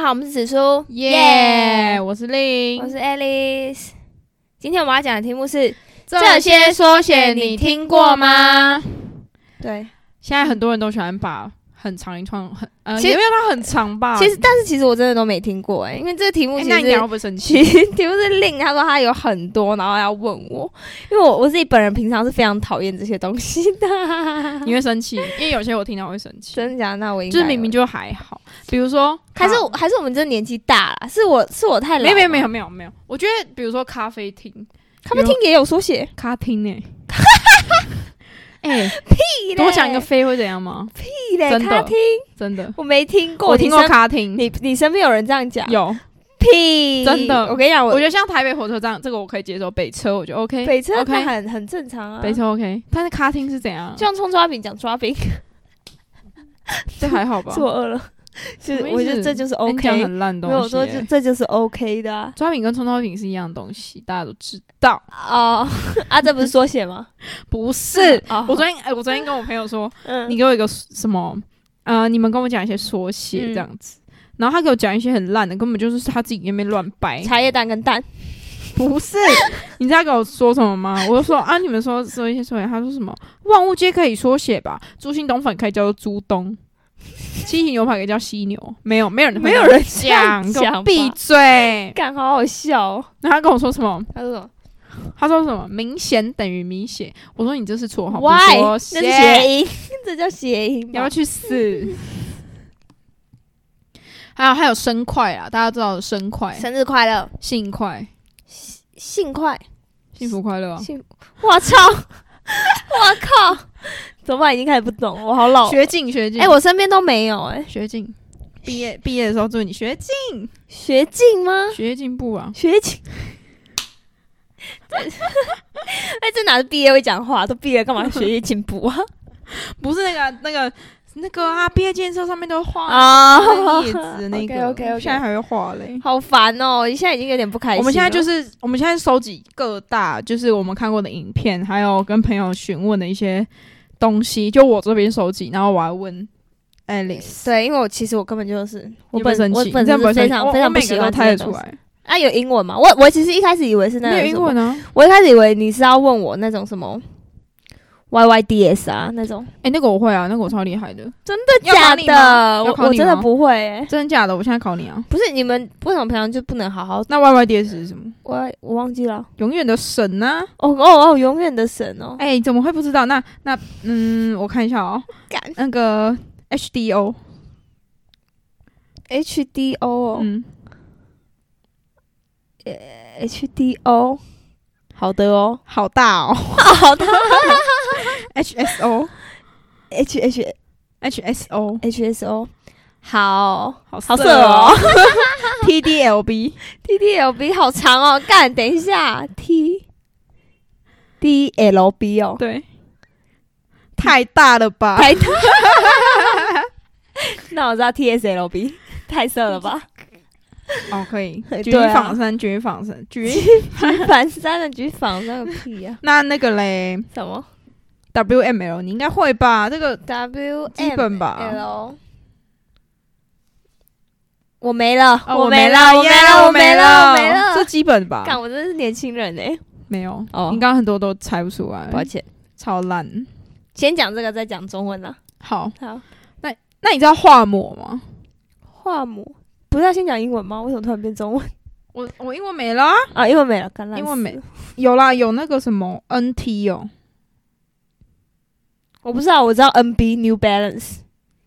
好，我们是紫苏，耶！我是令我，是 Alice。今天我们要讲的题目是，这些缩写欸你听过吗？对，现在很多人都喜欢把很长一串很呃，其实也没有到很长吧。其实但是其实我真的都没听过哎、因为这个题目哎，其啊那实你娘会不 会生其气？实题目是令他说他有很多，然后要问我，因为我我自己本人平常是非常讨厌这些东西 的，你会生气，因为有些我听到会生气，真的假的？那我应该就是明明就还好，比如说还是咖我还是我们这年纪大了，是我是我太老没了，有没有没有没有没有，我觉得比如说咖啡 厅，咖啡厅也有缩写，咖厅 哎，哎，多讲一个飞会怎样吗？屁嘞，真的咖厅真的，我没听过，我听过你身咖厅，你你身边有人这样讲？有，屁，真的我跟你讲，我我觉得像台北火车站这个我可以接受，北车我就 OK，北车 OK，那很很正常啊，北车 OK，但是咖厅是怎样？就像冲抓饼讲抓饼，这还好 吧？是我饿了，就什是么意思我觉得这就是哎你讲 OK，很烂东没西、有我说哎这这就是 OK 的啊抓饼跟葱烧饼是一样的东西，大家都知道。哦啊， 这不是缩写吗？不 是， 哦我昨天哎、我昨天跟我朋友 说，嗯你给我一个什么？呃，你们跟我讲一些缩写嗯这样子。然后他给我讲一些很烂的，根本就是他自己在那边乱掰。茶叶蛋跟蛋，不是，你知道他跟我说什 么吗？我就说啊，你们说说一些缩写。他说什么？万物皆可以缩写吧？猪心冬粉可以叫做猪 冬，七喜牛排可以叫犀牛。没有，没有人会没有这样人这样讲，给我讲闭吧嘴。 干好好笑哦。然后他跟我说什么？他说什么他说什么？明显等于明显。我说你这是绰号， ？Why？不那是是缩写，谐音， 这叫谐音你要不吧要？去死？ 还有还有生快啊，大家知道生快、生日快乐，幸快、幸快，幸福快乐啊。幸，我 操，我靠，怎么办？已经开始不懂了，我好老。学进学进，哎、我身边都没有哎、学进毕业毕业的时候祝你学进学进吗？学进步啊！学进。 哎，这哪是毕业会讲话？都毕业干嘛学业进步啊？不是那个那个那个啊，毕业建设上面都画 啊那个叶子那个 OK，OK，OK 现在还会画嘞。好烦哦！现在已经有点不开心了。我们现在就是是我们现在收集各大就是我们看过的影片，还有跟朋友询问的一些东西，就我这边收集，然后我还问 Alice，对，因为我其实我根本就是我本你会不会生我气，本你这身样哦不会是非生气常我非常我不每喜个都欢猜得这出种东西。来，啊，有英文吗？我我其实一开始以为是那没有种英什么，文啊？我一开始以为你是要问我那种什么 Y Y D S 啊那种，哎、那个我会啊，那个我超厉害的，真的假的，我我真的，不会哎、真的假的？我现在考你啊。不是你们为什么平常就不能好好？那 Y Y D S 是什么？我我忘记了。永远的神呐、啊！哦哦哦，永远的神哦，哎、怎么会不知道？那那嗯，我看一下哦，干那个 H D O， H D O 嗯， H D O，好的哦，好大哦好的 ，H S O H H H S O， H S O，好好好色哦 T D L B ，T D L B 好长哦，干，等一下 T D L B 哦，对，太大了吧？太大，那我知道 T S L B 太色了吧？哦，可以 对啊举一反三，举一反三，举一。反三的举反三个屁啊呀、那那个嘞 什么，W M L，你应该会吧？这个 W 基 M 本吧？ L？我没了，哦我没了，我耶没了，我我没了，我没了这。基本吧？干，我真的是年轻人哎、没有，哦你刚刚很多都猜不出来，抱歉，超烂。先讲这个，再讲中文啦。好，好，那你知道画膜吗？化母不是要先讲英文吗？为什么突然变中文 我我英文没了啊，啊？英文没了，干烂死英文没，有啦，有那个什么 NT 哦，我不知道，我知道 NB New Balance。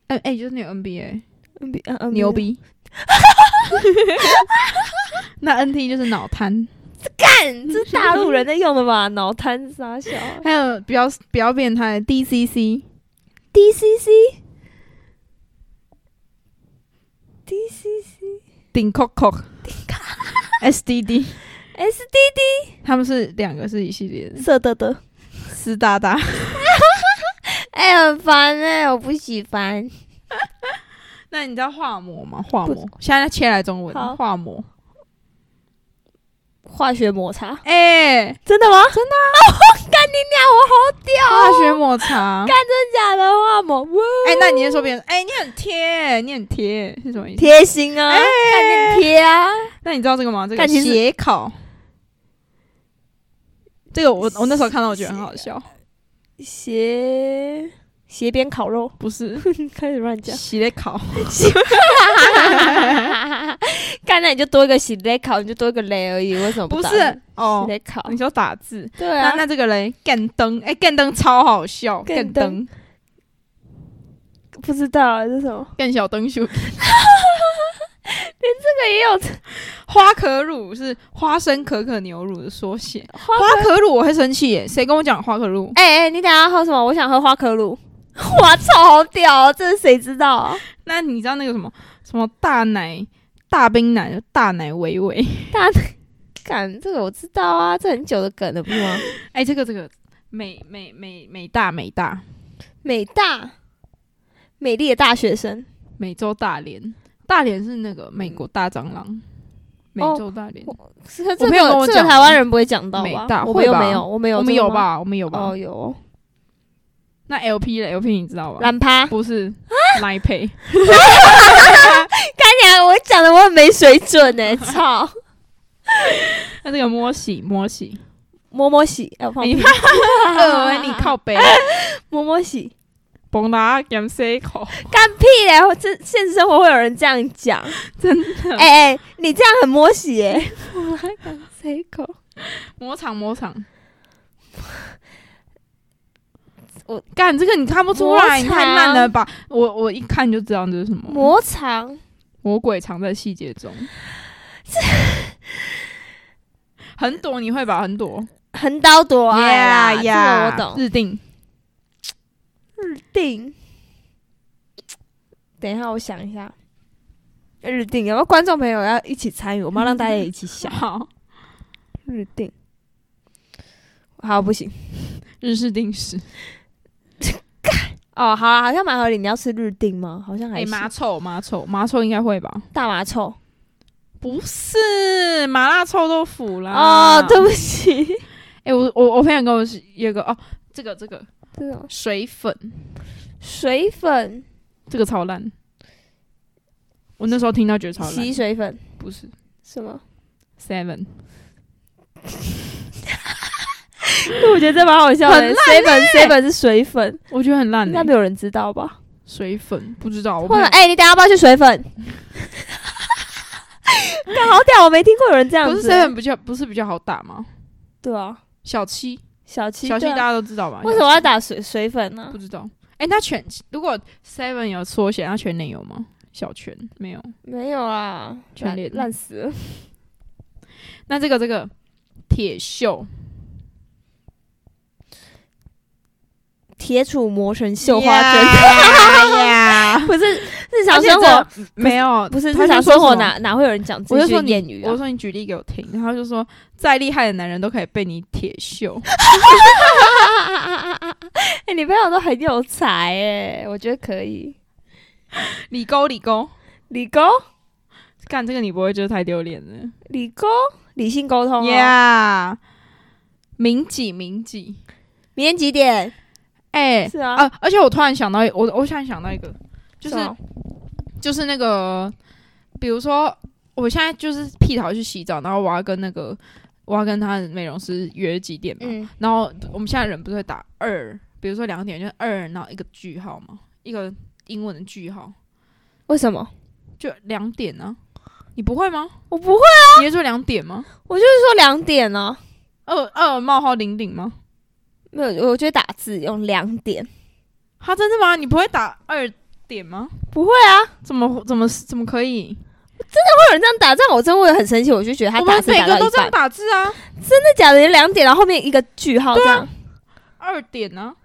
哎哎，就是那个 NBA NB 嗯嗯，牛！逼， 那 NT 就是脑瘫，干，这是大陆人在用的 吧？脑瘫傻小还有比较比较变态的 DCC， ，DCC。DCC 顶 Coco SDD， SDD 他们是两个是一系列的，色的的，斯大大，哎、很烦哎、我不喜欢。 那你知道画膜吗？画不膜，现在切来中文，好画膜化学摩擦，哎、真的吗？真的啊！ 干、你娘，我好屌、化哦！学抹茶。真假的话抹，哇哎、那你先说别人，哎、你很贴，你很贴是什么意思？贴心啊，哎干你贴啊！那你知道这个吗？这个感情是斜考，这个我我那时候看到我觉得很好笑，斜斜边烤肉， 不是开始乱 讲。斜考，干那你就多一个洗雷烤，你就多一个雷而已，为什么不打是洗哦，雷烤？你说打字，对那啊，那这个嘞，干灯，哎、干灯超好笑，干干灯灯，不知道这是什么？干小灯熊，这个也有花可乳是花生可可牛乳的缩写，花花可乳我会生气耶，谁跟我讲花可乳？哎哎、你等一下喝什么？我想喝花可乳。 哇操，好屌、哦！这是谁知道、啊？那你知道那个什么什么大奶大冰奶大奶维维？干，这个我知道啊，这很久的梗了，不是 吗？哎、这个这个美美美美大美大美大，美丽的大学生，美洲大连，大连是那个美国大蟑嗯螂，美洲大连、是这我朋友跟个我这个讲台湾人不会讲到吧？美大我会们又吧没有，我们有，我们这个有吗？吧？我们有吧？哦，有哦那 LP 嘞？LP 你知道吧？懒趴，不是啊来配，看起来哎我讲的我很没水准呢、 操！那这个摸洗摸洗，摸摸洗，哎、我放你屁 呃，你靠背，摸摸洗，蹦啦 g a m C 口，干屁嘞！我这现实生活会有人这样讲，真哎的哎、你这样很摸洗耶、我还敢谁口？磨场磨场。我干这个你看不出来，磨场你太烂了吧！我我一看就知道这是什么磨肠，魔鬼藏在细节 中，很躲你会吧？很躲，横刀夺爱啦 Yeah, yeah，这个我懂。日定日定，等一下，我想一下。日定，然后观众朋友要一起参与，我们要让大家一起 想好，日定。好，不行日式定时。哦，好了，好像蛮合理。你要吃日定吗？好像还哎，行。麻臭麻臭麻臭应该会吧？大麻臭不是麻辣臭豆腐啦。哦，对，不起，哎，我我我朋友跟我是有个哦，这个这个这种水粉，水粉、这个超烂。我那时候听到觉得超烂洗，水粉不是什么？ seven，我觉得这蛮好笑的。很烂水粉，水粉是水粉，我觉得很烂应欸、该没有人知道吧？水粉不知道，我或朋者，友哎、你等一下要不要去水 粉？干好屌，我没听过有人这样不子。是 seven 比较不是比较好打吗？对啊，小七，小七，小七对大啊家都知道吧？为什么要打水水粉呢、不知道？哎、那全如果 seven 有缩写，那全联有吗？小全没有。没有啊啦，全脸烂烂死了。那这个这个铁 锈，铁杵磨成绣花针 呀！不是日常而且生活，这没有，不是他日就常说生活什么哪哪会有人讲我这就些说你谚语我啊？说你举例给我听，然后就说再厉害的男人都可以被你铁锈。 哎、你朋友都很有才哎、我觉得可以。李沟李沟，理沟，干这个你不会觉得太丢脸了？理沟，理性沟通、哦。呀，明几明几，明天几点？哎、是啊，啊！而且我突然想到，我我突然想到一个，就是什么就是那个，比如说我现在就是屁桃去洗澡，然后我要跟那个我要跟他的美容师约几点嘛，嗯，然后我们现在人不是会打二，比如说两点就是二，然后一个句号嘛，一个英文的句号，为什么？就两点呢、你不会吗？我不会你会说两点吗？说两点呢、二二冒号零零吗？没有，我觉得打字用两点，他真的吗？你不会打二点吗？不会啊，怎么怎么怎么可以？会有人这样打，这样我真的会很生气，我就觉得他我打们字每打到一个都这样半，打字啊，真的假的？两点，然后后面一个句号这样，二点啊呢、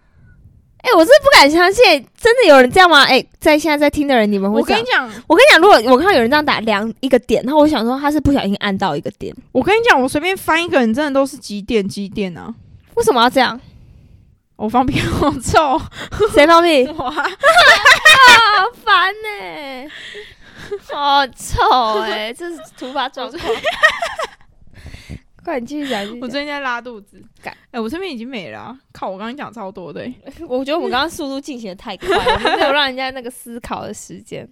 哎、我真的不敢相信，真的有人这样吗？哎、在现在在听的人，你们会我这跟样你？讲，我跟你讲，如果我看到有人这样打两一个点，然后我想说他是不小心按到一个点，我跟你讲，我随便翻一个人，真的都是几点几点啊！为什么要这样？我放屁好臭， 谁放屁？哇！好啊烦欸哦呢、欸 好臭哎、这是突发状况。快点继续讲，继续我讲最近在拉肚子，干哎、我这边已经没了啊、靠，我刚刚讲超多的、欸，我觉得我们刚刚速度进行的太快 了，我们没有让人家那个思考的时间。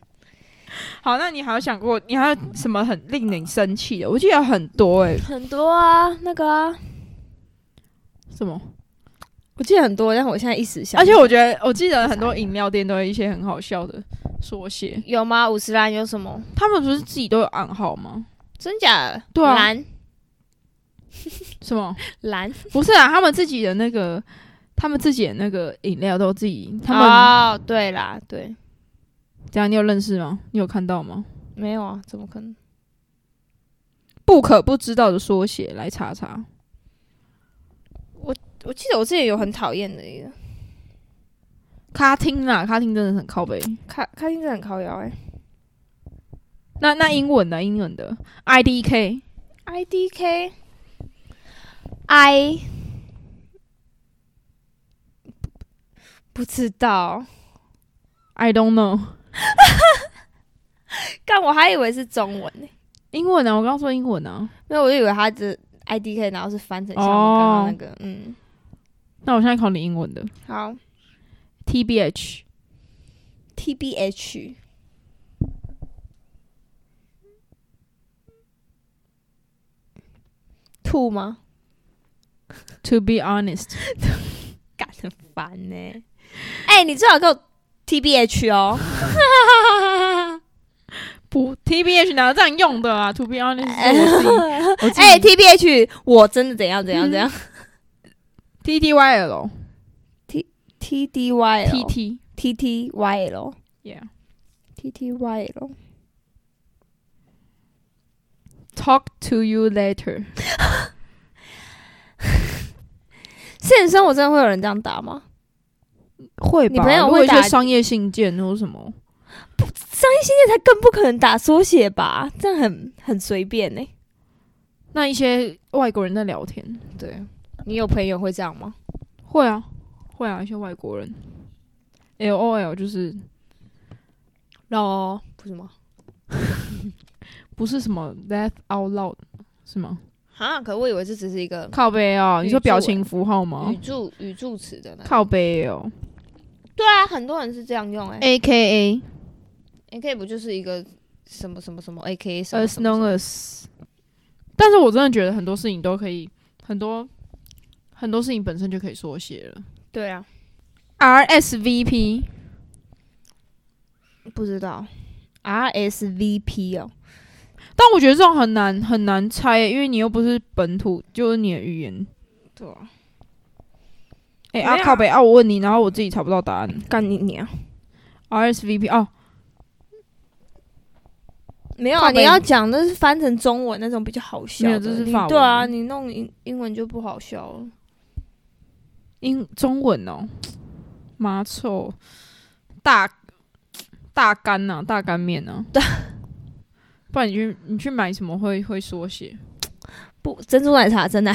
好，那你还有想过，你还有什么很令你生气的？我记得很多哎、很多啊，那个啊，什么？我记得很多，但我现在一时想而不起且来，我觉得，我记得很多饮料店都有一些很好笑的缩写，有吗？五十岚有什么？他们不是自己都有暗号吗？真假的？对啊蓝什么？蓝，不是啊，他们自己的那个，他们自己的那个饮料都自己，他们、哦，对啦，对，这样你有认识吗？你有看到吗？没有啊，怎么可能？不可不知道的缩写，来查查。我记得我之前有很讨厌的一个，卡汀啊，卡汀真的很靠背。开开心真的很靠摇哎、那那英文的，英文的 I D K i D K I 不知道， I don't know。但我还以为是中文呢、英文啊，我刚刚说英文啊。没有，我就以为他只 I D K，然后是翻成像我刚刚那个，嗯，那我现在考你英文的好 T B H ，T B H，吐吗？ To be honest，干很烦呢、哎、你最好给我 T B H 哦。不 T B H 哪有这样用的啊？To be honest，是我自己 我自己哎、t B H，我真的怎样怎样怎样 T T Y L ？T D Y T L T T T Y L Yeah T T Y L， Talk to you later。现实生活真的会有人这样打吗？会吧？你朋友如果会一打些商业信件或什么？现在才更不可能打缩写吧？这样很很随便欸呢、那一些外国人在聊天，对，你有朋友会这样吗？会啊，会啊，一些外国人 L O L 就是哦，不是吗？不是什么 laugh out loud 是吗？啊，可我以为这只是一个靠背哦，你说语助表情符号吗语？助语助词的那个。靠背哦对啊，很多人是这样用哎、 ，A K A A K 不就是一个什么什么什么 A K 什么 as 哎什么 long as。但是我真的觉得很多事情都可以，很多很多事情本身就可以缩写了。对啊， R S V P 不知道 R S V P 哦，但我觉得这种很难很难猜耶，因为你又不是本土，就是你的语言。对啊，哎、没啊有靠北啊！我问你，然后我自己查不到答案。干你娘！ RSVP 哦，没有靠啊，北你要讲的是翻成中文那种比较好笑的，没有这是你法文对啊，你弄英英文就不好笑了。英中文哦，麻臭大大干呐、大干面呐、大。不然你去你去买什么会会缩写？不，珍珠奶茶真奶，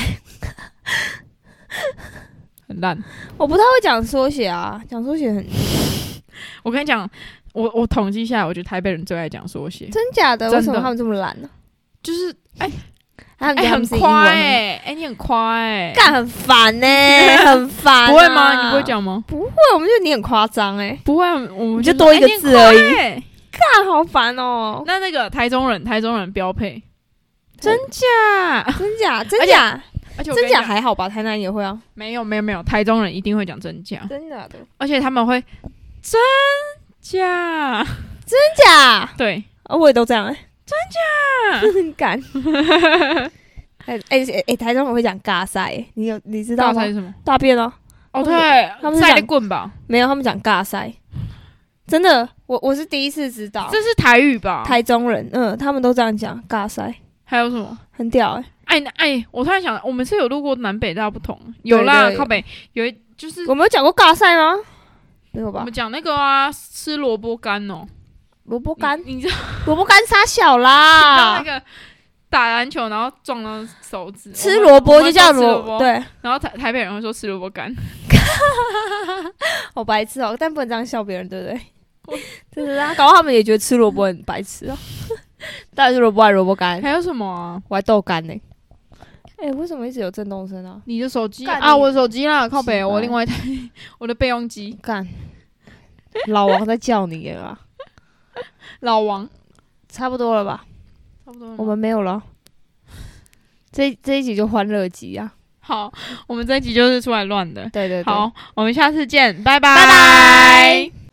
很烂。 我不太会讲缩写啊，讲缩写 很我跟你讲，我我统计下来，我觉得台北人最爱讲缩写，真假的，真的为什么他们这么懒呢、就是他们哎、觉得他很们是英快文很欸哎、哎、你很快哎、干很烦 呢、很烦啊、不会吗？你不会讲吗？会，我们觉得你很夸张哎，不会啊，我们就说多一个哎你很字而已快欸干好烦哦，那那个台中人，台中人标配，真假？真假真假而且我跟真你假讲还好吧，台南也会啊，没有没有没有，台中人一定会讲真假，真假的而且他们会真假， 真假，对，啊我也都这样哎、 真假 干。哎哎哎哎，台中我会讲尬塞、哎你有你知道大吗猜？是什么？大便哦，哦，对，他们是赛讲的棍吧？没有，他们讲尬塞，真的，我我是第一次知道，这是台语吧？台中人，嗯，他们都这样讲尬塞，还有什么？很屌哎、哎哎，我突然想，我们是有录过南北大不同，有啦，对靠北有一就是我们有讲过尬塞吗？没有我吧们？讲那个啊，吃萝卜干哦，萝卜干，啊你你知道萝卜干杀小那啦，个打篮球然后撞到手指，吃我们萝卜就叫，我们会说萝，吃卜对，然后台台北人会说吃萝卜干，好白痴哦，但不能这样笑别人，对不 对？就是啊，搞到他们也觉得吃萝卜很 白痴哦。到底是萝卜还是萝卜干？还有什么啊？我还豆干呢、哎、哎、为什么一直有震动声啊？你的手机干啊，你我的手机啦，靠北，奇我怪另外一台 我的备用机，干，老王在叫你了啊，老王，差不多了吧？差不多了吗。我们没有了，这这一集就欢乐集啊！好，我们这一集就是出来乱的。对对对，好，我们下次见，拜拜，拜拜。